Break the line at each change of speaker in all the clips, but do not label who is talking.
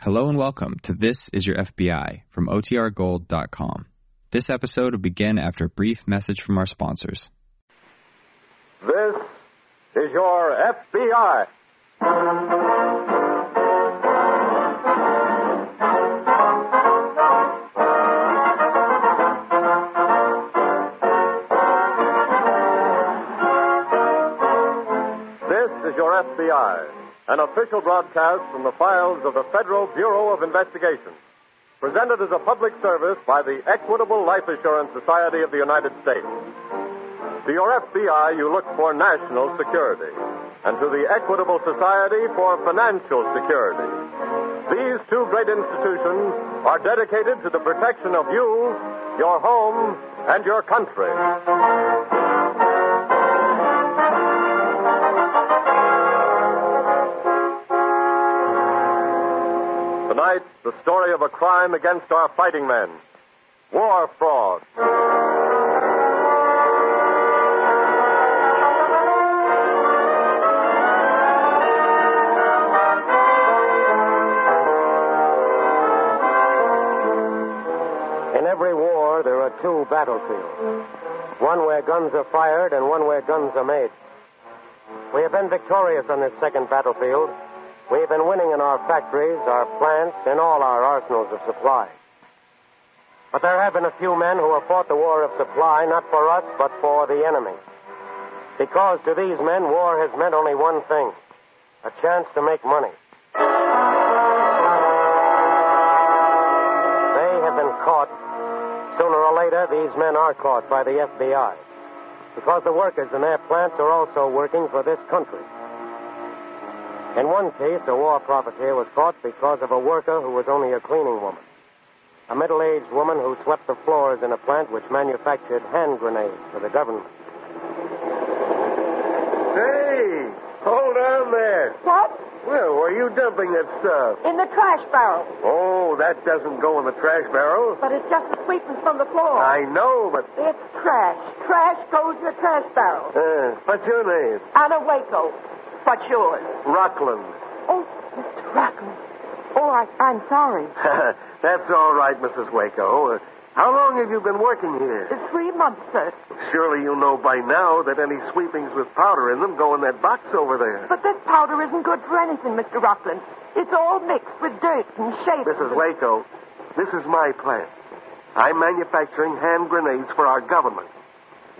Hello and welcome to This Is Your FBI from OTRGold.com. This episode will begin after a brief message from our sponsors.
This is your FBI. This is your FBI, an official broadcast from the files of the Federal Bureau of Investigation, presented as a public service by the Equitable Life Assurance Society of the United States. To your FBI, you look for national security, and to the Equitable Society for financial security. These two great institutions are dedicated to the protection of you, your home, and your country. Tonight, the story of a crime against our fighting men war fraud.
In every war, there are two battlefields one where guns are fired and one where guns are made. We have been victorious on this second battlefield. We have been winning in our factories, our plants, and all our arsenals of supply. But there have been a few men who have fought the war of supply not for us, but for the enemy. Because to these men, war has meant only one thing a chance to make money. They have been caught. Sooner or later, these men are caught by the FBI. Because the workers in their plants are also working for this country. In one case, a war profiteer was caught because of a worker who was only a cleaning woman. A middle aged woman who swept the floors in a plant which manufactured hand grenades for the government.
Hey, hold on there.
What?
Well, where are you dumping that stuff?
In the trash barrel.
Oh, that doesn't go in the trash barrel.
But it's just the sweepings from the floor.
I know, but.
It's trash. Trash goes in the trash barrel.
Uh, what's your name?
Anna Waco. What's yours?
Rockland.
Oh, Mr. Rocklin. Oh, I, I'm sorry.
That's all right, Mrs. Waco. Uh, how long have you been working here?
It's three months, sir.
Surely you know by now that any sweepings with powder in them go in that box over there.
But this powder isn't good for anything, Mr. Rocklin. It's all mixed with dirt and shapes.
Mrs. Waco, this is my plant. I'm manufacturing hand grenades for our government.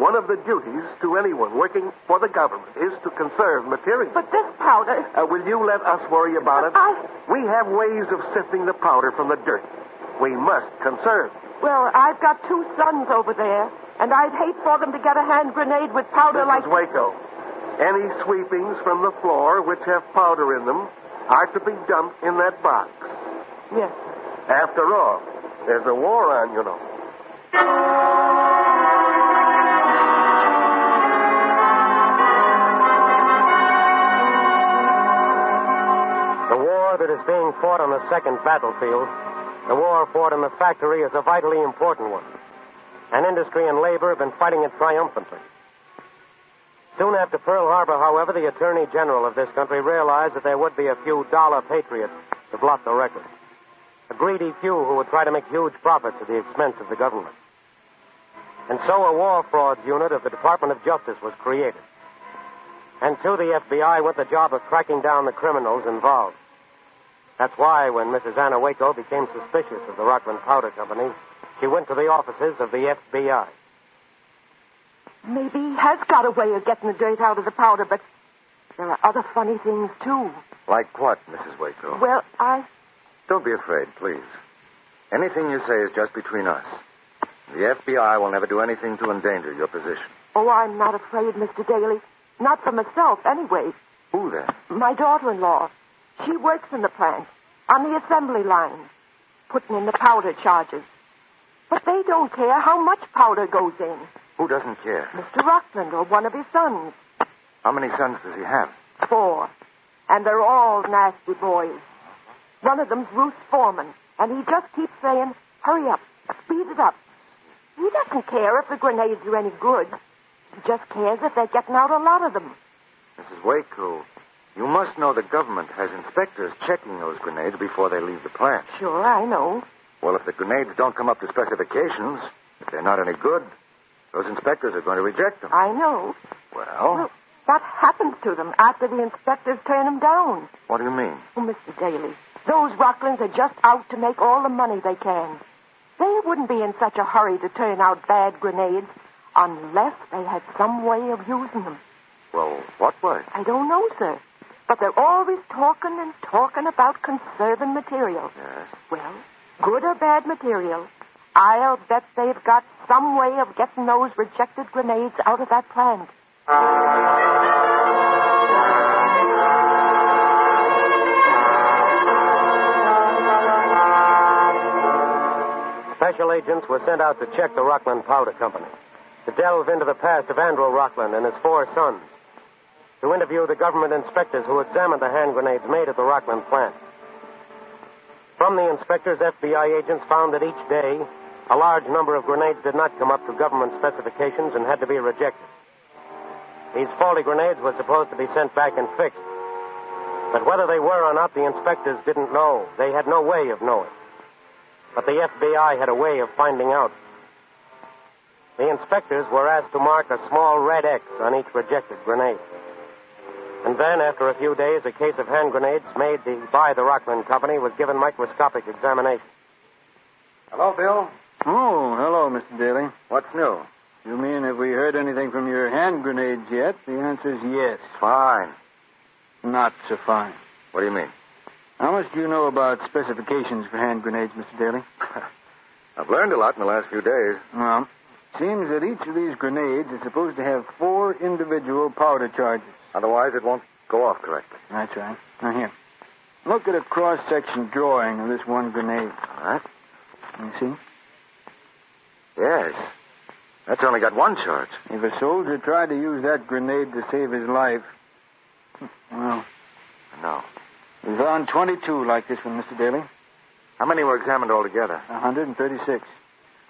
One of the duties to anyone working for the government is to conserve material.
But this powder.
Uh, will you let us worry about it?
I.
We have ways of sifting the powder from the dirt. We must conserve.
Well, I've got two sons over there, and I'd hate for them to get a hand grenade with powder like.
Mrs. Waco, any sweepings from the floor which have powder in them are to be dumped in that box.
Yes.
After all, there's a war on, you know.
The war that is being fought on the second battlefield, the war fought in the factory, is a vitally important one. And industry and labor have been fighting it triumphantly. Soon after Pearl Harbor, however, the Attorney General of this country realized that there would be a few dollar patriots to blot the record. A greedy few who would try to make huge profits at the expense of the government. And so a war fraud unit of the Department of Justice was created. And to the FBI went the job of tracking down the criminals involved. That's why when Mrs. Anna Waco became suspicious of the Rockland Powder Company, she went to the offices of the FBI.
Maybe he has got a way of getting the dirt out of the powder, but there are other funny things, too.
Like what, Mrs. Waco?
Well, I.
Don't be afraid, please. Anything you say is just between us. The FBI will never do anything to endanger your position.
Oh, I'm not afraid, Mr. Daly. Not for myself, anyway.
Who then?
My daughter in law. She works in the plant, on the assembly line, putting in the powder charges. But they don't care how much powder goes in.
Who doesn't care?
Mr. Rockland or one of his sons.
How many sons does he have?
Four. And they're all nasty boys. One of them's Ruth Foreman, and he just keeps saying, hurry up, speed it up. He doesn't care if the grenades are any good. He just cares if they're getting out a lot of them.
Mrs. Waco, You must know the government has inspectors checking those grenades before they leave the plant.
Sure, I know.
Well, if the grenades don't come up to specifications, if they're not any good, those inspectors are going to reject them.
I know.
Well,
Look, what happens to them after the inspectors turn them down?
what do you mean?
Oh, Mr. Daly, those Rocklands are just out to make all the money they can. They wouldn't be in such a hurry to turn out bad grenades unless they had some way of using them.
Well, what way?
I don't know, sir. But they're always talking and talking about conserving material.
Yes.
Well, good or bad material, I'll bet they've got some way of getting those rejected grenades out of that plant.
Special agents were sent out to check the Rockland Powder Company, to delve into the past of Andrew Rockland and his four sons, to interview the government inspectors who examined the hand grenades made at the Rockland plant. From the inspectors, FBI agents found that each day a large number of grenades did not come up to government specifications and had to be rejected. These faulty grenades were supposed to be sent back and fixed. But whether they were or not, the inspectors didn't know. They had no way of knowing. But the FBI had a way of finding out. The inspectors were asked to mark a small red X on each rejected grenade. And then, after a few days, a case of hand grenades made the, by the Rockland Company was given microscopic examination.
Hello, Bill.
Oh, hello, Mr. Daly.
What's new?
You mean have we heard anything from your hand grenades yet? The answer's yes.
Fine.
Not so fine.
What do you mean?
How much do you know about specifications for hand grenades, Mr. Daly?
I've learned a lot in the last few days.
Well, seems that each of these grenades is supposed to have four individual powder charges.
Otherwise, it won't go off correctly.
That's right. Now here. Look at a cross section drawing of this one grenade.
All right.
You see?
Yes. That's only got one charge.
If a soldier tried to use that grenade to save his life, well,
No.
we found 22 like this one, Mr. Daly.
How many were examined altogether?
136.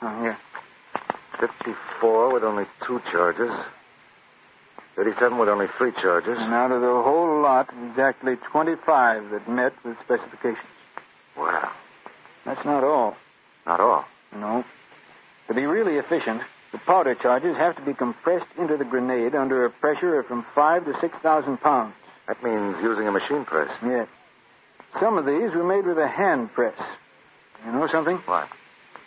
Oh, here.
54 with only two charges. 37 with only three charges.
And out of the whole lot, exactly 25 that met with specifications.
Well,
That's not all.
not all.
No. To be really efficient, the powder charges have to be compressed into the grenade under a pressure of from 5 to 6,000 pounds.
That means using a machine press.
Yes. Some of these were made with a hand press. You know something?
What?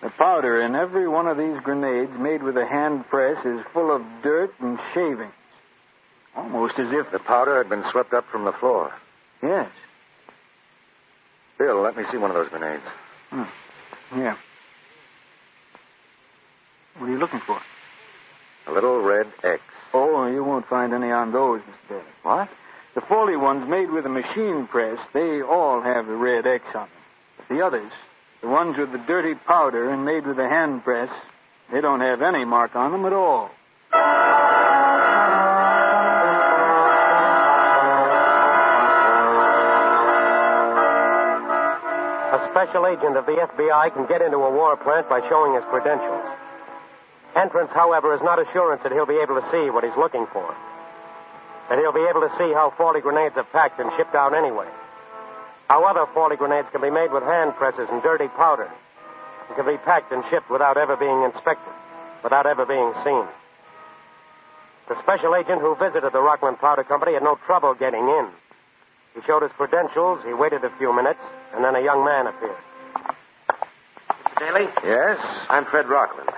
The powder in every one of these grenades made with a hand press is full of dirt and shavings. Almost as if.
The powder had been swept up from the floor.
Yes.
Bill, let me see one of those grenades.
Hmm. Yeah. What are you looking for?
A little red X.
Oh, you won't find any on those, Mr. Daly.
What?
The faulty ones made with a machine press, they all have the red X on them. The others, the ones with the dirty powder and made with a hand press, they don't have any mark on them at all.
A special agent of the FBI can get into a war plant by showing his credentials. Entrance, however, is not assurance that he'll be able to see what he's looking for. That he'll be able to see how faulty grenades are packed and shipped out anyway. How other faulty grenades can be made with hand presses and dirty powder. And can be packed and shipped without ever being inspected, without ever being seen. The special agent who visited the Rockland Powder Company had no trouble getting in. He showed his credentials, he waited a few minutes, and then a young man appeared. Daly?
Yes?
I'm Fred Rockland.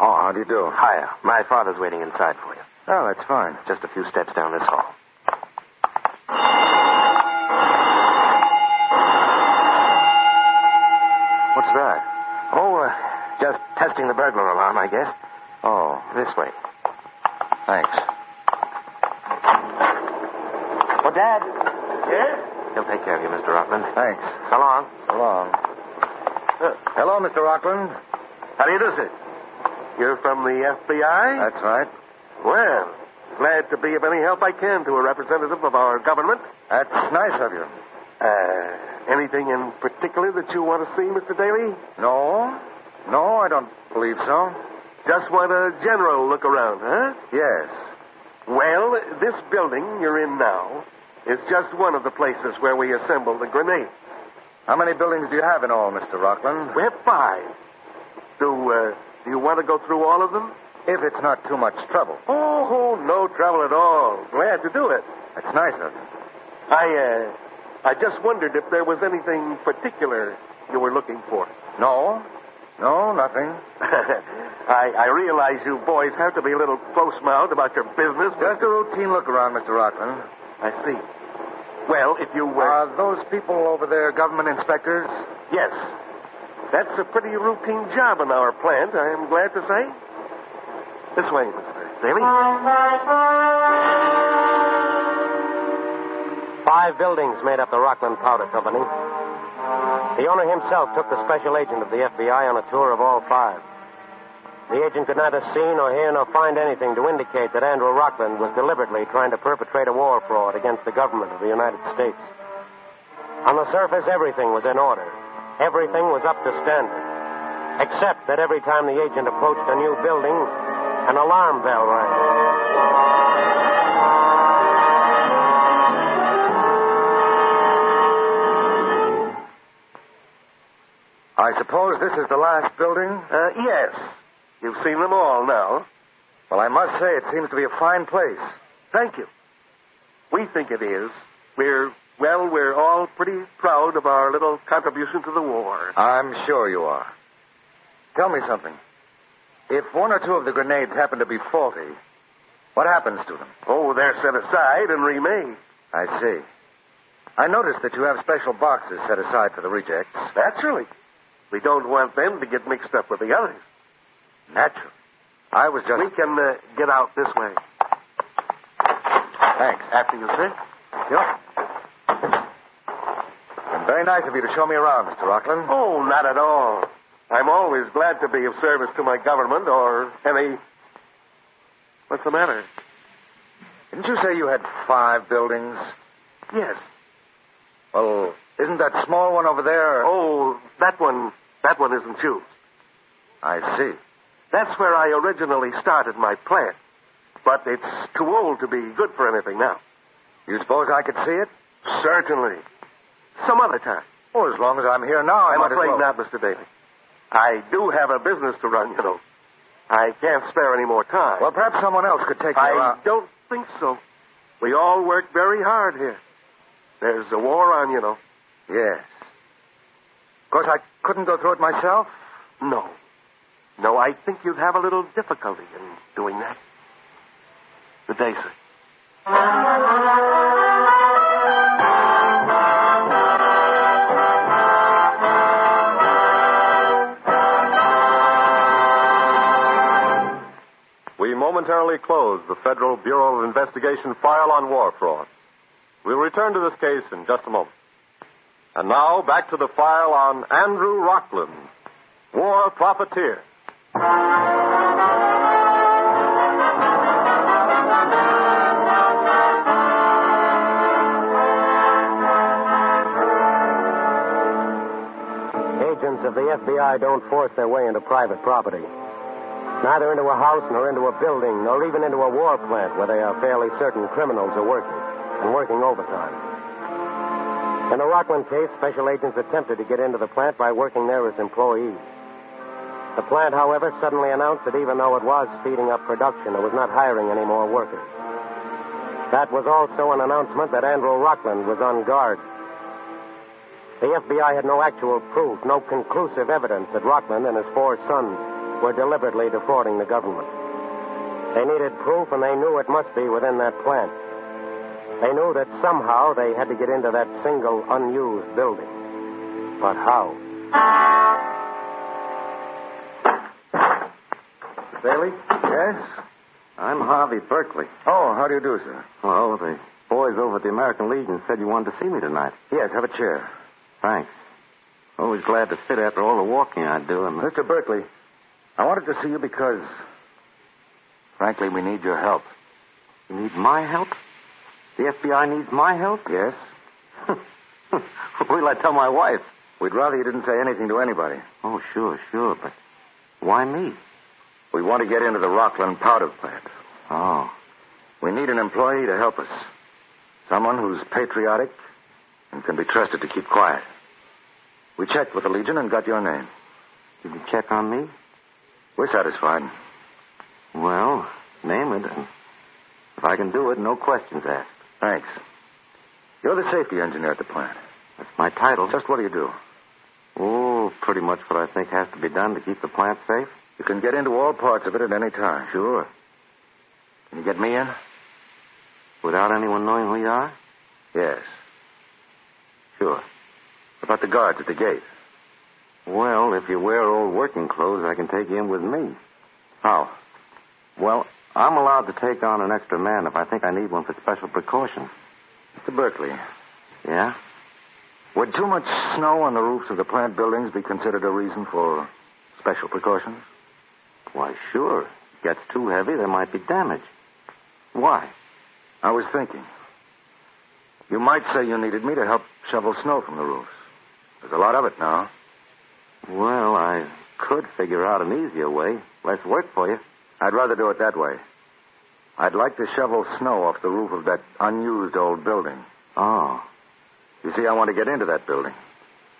Oh, how do you do?
Hiya. My father's waiting inside for you.
Oh, that's fine.
Just a few steps down this hall.
What's that?
Oh, uh, just testing the burglar alarm, I guess.
Oh,
This way.
thanks.
Well, Dad. Yes? He'll take care of you, Mr. Rockland.
Thanks.
So long. Uh,
So long. Hello, Mr. Rockland.
How do you do, sir? You're from the
Uh,
FBI?
That's right.
well, glad to be of any help I can to a representative of our government.
That's nice of you.
Uh, anything in particular that you want to see, Mr. Daly?
No? No, I don't believe so.
Just want a general look around, huh?
Yes.
Well, this building you're in now
is just one of the places where we assemble the grenades.
How many buildings do you have in all, Mr. Rockland?
We have five. Do, uh, do you want to go through all of them?
If it's not too much trouble.
Oh, no trouble at all. Glad to do it.
That's nice of you.
I, uh, I just wondered if there was anything particular you were looking for.
No? No, nothing.
I, I realize you boys have to be a little close mouthed about your business. but-
Just a routine look around, Mr. Rockland.
I see. Well, if you were.
Are those people over there government inspectors?
yes. That's a pretty routine job in our plant, I am glad to say. This way, Mr. Daly.
Five buildings made up the Rockland Powder Company. The owner himself took the special agent of the FBI on a tour of all five. The agent could neither see nor hear nor find anything to indicate that Andrew Rockland was deliberately trying to perpetrate a war fraud against the government of the United States. On the surface, everything was in order. Everything was up to standard. Except that every time the agent approached a new building, an alarm bell rang.
I suppose this is the last building?
Uh, yes. You've seen them all now.
Well, I must say, it seems to be a fine place.
Thank you. We think it is. We're, well, we're all pretty proud of our little contribution to the war.
I'm sure you are. Tell me something. If one or two of the grenades happen to be faulty, what happens to them?
Oh, they're set aside and remade.
I see. I noticed that you have special boxes set aside for the rejects.
Naturally. We don't want them to get mixed up with the others.
Natural. I was just.
We can uh, get out this way.
Thanks.
After you, sir.
Yep. And very nice of you to show me around, Mr. Rockland.
Oh, not at all. I'm always glad to be of service to my government or any. What's the matter?
Didn't you say you had five buildings?
Yes.
Well, isn't that small one over there?
Oh, that one. That one isn't used.
I see.
That's where I originally started my plant. But it's too old to be good for anything now.
You suppose I could see it?
Certainly. Some other time.
Oh, as long as I'm here now, I
I'm
might as
afraid
well.
not, Mr. Daly. I do have a business to run, you know. I can't spare any more time.
Well, perhaps someone else could take me
I
around.
don't think so. We all work very hard here. There's a war on, you know.
Yes. Of course, I couldn't go through it myself.
No. No, I think you'd have a little difficulty in doing that. Good day, sir.
We momentarily close the Federal Bureau of Investigation file on war fraud. We'll return to this case in just a moment. And now, back to the file on Andrew Rockland, war profiteer.
Agents of the FBI don't force their way into private property. Neither into a house, nor into a building, nor even into a war plant where they are fairly certain criminals are working, and working overtime. In the Rockland case, special agents attempted to get into the plant by working there as employees. The plant, however, suddenly announced that even though it was speeding up production, it was not hiring any more workers. That was also an announcement that Andrew Rockland was on guard the FBI had no actual proof, no conclusive evidence that Rockland and his four sons were deliberately defrauding the government. They needed proof, and they knew it must be within that plant. They knew that somehow they had to get into that single unused building. But how?
Bailey? Yes? I'm Harvey Berkeley. Oh, how do you do, sir?
Well, the boys over at the American Legion said you wanted to see me tonight.
Yes, have a chair.
Thanks. Always glad to sit after all the walking I do. And
Mr. Berkeley, I wanted to see you because, frankly, we need your help.
you need my help? The FBI needs my help?
Yes?
Will I tell my wife?
We'd rather you didn't say anything to anybody.
Oh, sure, sure, but why me?
We want to get into the Rockland powder plant.
Oh,
We need an employee to help us. Someone who's patriotic and can be trusted to keep quiet. We checked with the Legion and got your name.
Did you check on me?
We're satisfied.
Well, name it. and If I can do it, no questions asked.
Thanks. You're the safety engineer at the plant.
That's my title.
Just what do you do?
Oh, pretty much what I think has to be done to keep the plant safe.
You can get into all parts of it at any time.
Sure.
Can you get me in?
Without anyone knowing who you are?
Yes. Sure. What about the guards at the gate?
Well, if you wear old working clothes, I can take you in with me.
How?
Well, I'm allowed to take on an extra man if I think I need one for special precaution.
Mr. Berkeley,
Yeah?
would too much snow on the roofs of the plant buildings be considered a reason for special precautions?
Why, sure. Gets too heavy, there might be damage. Why?
I was thinking. You might say you needed me to help shovel snow from the roofs. There's a lot of it now.
Well, I could figure out an easier way. Less work for you.
I'd rather do it that way. I'd like to shovel snow off the roof of that unused old building.
Oh.
You see, I want to get into that building.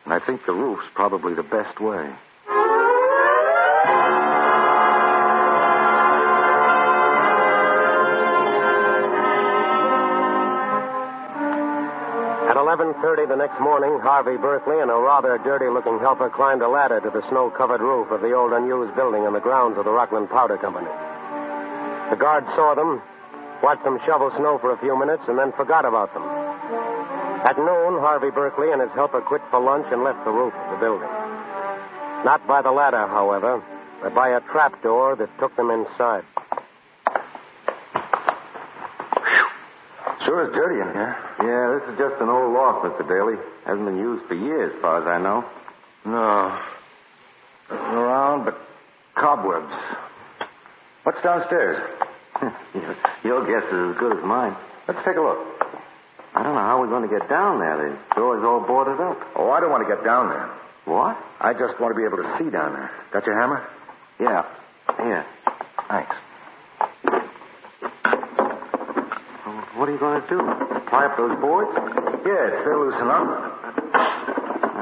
And I think the roof's probably the best way.
At 11.30 the next morning, Harvey Berkeley and a rather dirty-looking helper climbed a ladder to the snow-covered roof of the old unused building on the grounds of the Rockland Powder Company. The guards saw them, watched them shovel snow for a few minutes, and then forgot about them. At noon, Harvey Berkeley and his helper quit for lunch and left the roof of the building. Not by the ladder, however, but by a trap door that took them inside.
Sure is dirty in here.
Yeah, this is just an old loft, Mr. Daly. Hasn't been used for years, as far as I know.
No. Nothing around but cobwebs. What's downstairs?
your, your guess is as good as mine.
Let's take a look.
I don't know how we're going to get down there. The door's all boarded up.
Oh, I don't want to get down there.
What?
I just want to be able to see down there. Got your hammer?
Yeah. Here.
Thanks.
Well, What are you going to do? Pry up those boards?
Yes, they loosen up.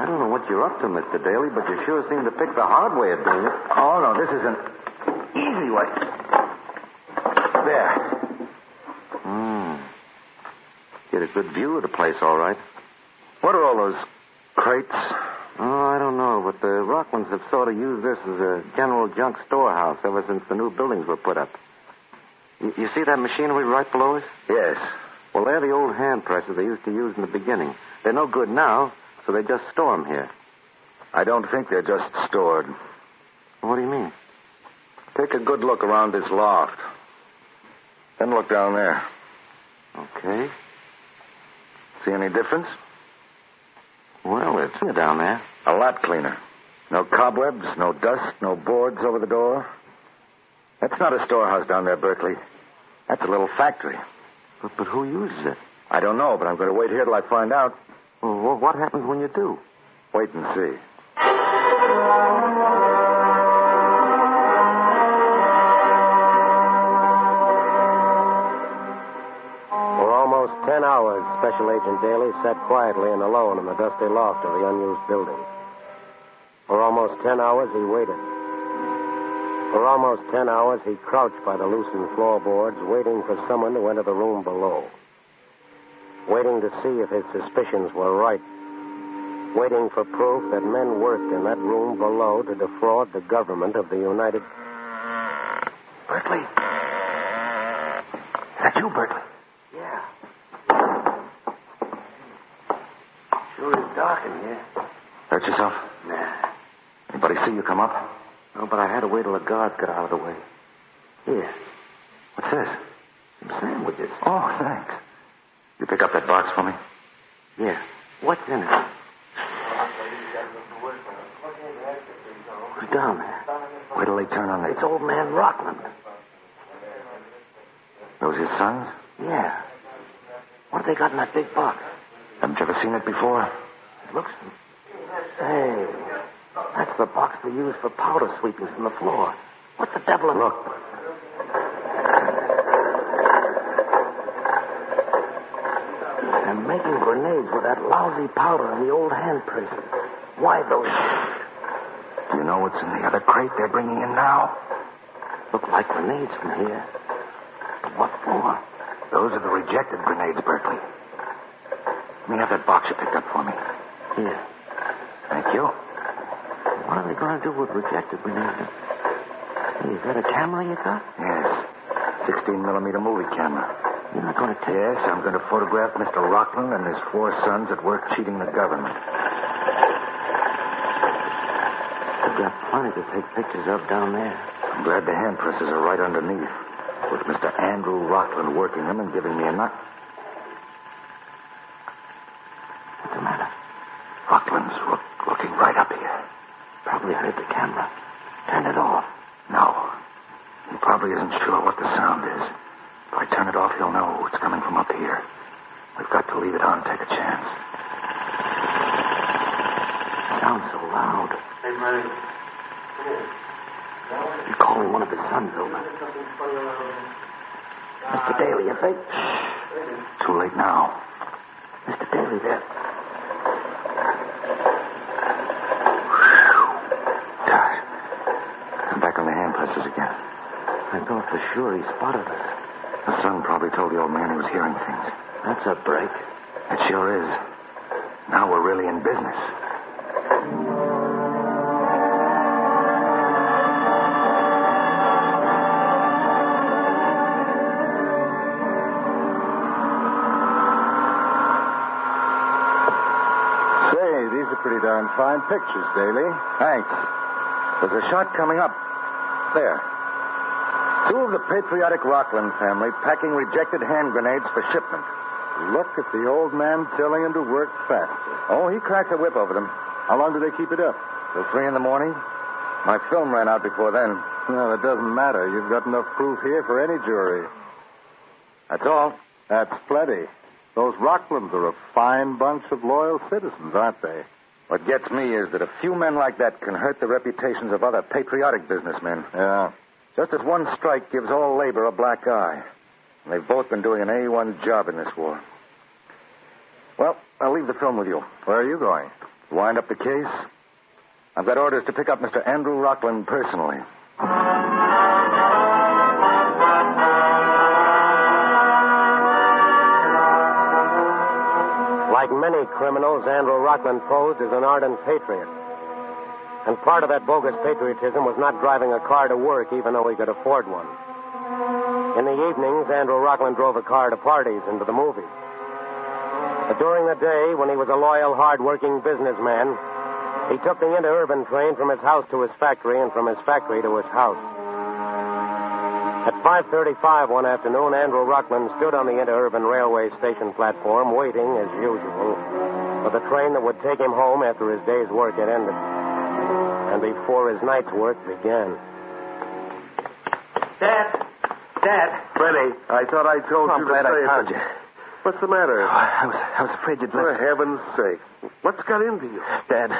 I don't know what you're up to, Mr. Daly, but you sure seem to pick the hard way of doing it.
Oh, no, this is an easy way. There.
Hmm. Get a good view of the place, all right.
What are all those crates?
Oh, I don't know, but the Rocklands have sort of used this as a general junk storehouse ever since the new buildings were put up. You, you see that machinery right below us?
Yes.
Well, they're the old hand presses they used to use in the beginning. They're no good now, so they just store 'em here.
I don't think they're just stored.
What do you mean?
Take a good look around this loft. Then look down there.
Okay.
See any difference?
Well, it's clear down there.
A lot cleaner. No cobwebs, no dust, no boards over the door. That's not a storehouse down there, Berkeley. That's a little factory.
But, but who uses it?
I don't know, but I'm going to wait here till I find out.
Well, what happens when you do?
Wait and see.
For almost ten hours, Special Agent Daly sat quietly and alone in the dusty loft of the unused building. For almost ten hours, he waited. For almost ten hours, he crouched by the loosened floorboards, waiting for someone to enter the room below. Waiting to see if his suspicions were right. Waiting for proof that men worked in that room below to defraud the government of the United
Berkeley? Is that you, Berkeley?
Yeah. Sure is dark in here.
Hurt yourself?
Nah.
Anybody see you come up?
No, but I had to wait till the guards got out of the way. Here,
What's this?
some sandwiches.
Oh, thanks. You pick up that box for me?
Yeah. What's in it? Who's down there?
Wait till they turn on
It's
the...
old man Rockland.
Those his sons?
Yeah. What have they got in that big box?
Haven't you ever seen it before?
It looks. Hey, that's the box they use for powder sweepings from the floor. What the devil? Look. making grenades with that lousy powder in the old hand presses. Why those?
Do you know what's in the other crate they're bringing in now?
Look like grenades from here. But what for?
Those are the rejected grenades, Berkeley. Let me have that box you picked up for me.
Here.
Thank you.
What are they going to do with rejected grenades? Hey, is that a camera you got?
Yes. 16 millimeter movie camera.
You're not going to take
Yes, I'm going to photograph Mr. Rockland and his four sons at work cheating the government.
You've got plenty to take pictures of down there.
I'm glad the hand presses are right underneath, with Mr. Andrew Rockland working them and giving me a nut.
What's the matter?
Rockland's look, looking right up here.
Probably heard the camera. Turn it off.
No. He probably isn't sure what the sound is. If I turn it off, he'll know it's coming from up here. We've got to leave it on, take a chance.
Sounds so loud. Hey, Mary. He called one of his sons over. Mr. Daly, you think?
Too late now.
Mr. Daly, there.
Darn. I'm back on the hand presses again.
I thought for sure he spotted us.
The son probably told the old man he was hearing things.
That's a break.
It sure is. Now we're really in business.
Say, these are pretty darn fine pictures, Daly.
Thanks. There's a shot coming up. There. Two of the patriotic Rockland family packing rejected hand grenades for shipment.
Look at the old man telling him to work faster.
Oh, he cracked a whip over them.
How long do they keep it up?
Till three in the morning. My film ran out before then.
Well, it doesn't matter. You've got enough proof here for any jury.
That's all.
That's plenty. Those Rocklands are a fine bunch of loyal citizens, aren't they?
What gets me is that a few men like that can hurt the reputations of other patriotic businessmen.
Yeah.
Just as one strike gives all labor a black eye. And they've both been doing an A1 job in this war. Well, I'll leave the film with you.
Where are you going?
Wind up the case. I've got orders to pick up Mr. Andrew Rockland personally.
Like many criminals, Andrew Rockland posed as an ardent patriot. And part of that bogus patriotism was not driving a car to work, even though he could afford one. In the evenings, Andrew Rockland drove a car to parties and to the movies. But during the day, when he was a loyal, hard-working businessman, he took the interurban train from his house to his factory and from his factory to his house. At 5.35 one afternoon, Andrew Rockland stood on the interurban railway station platform waiting, as usual, for the train that would take him home after his day's work had ended and before his night's work began.
Dad! Dad! Freddie, I thought I told
I'm
you
glad
to
I
say
found
it.
you.
What's the matter?
I was, I was afraid you'd
For heaven's sake. What's got into you?
Dad,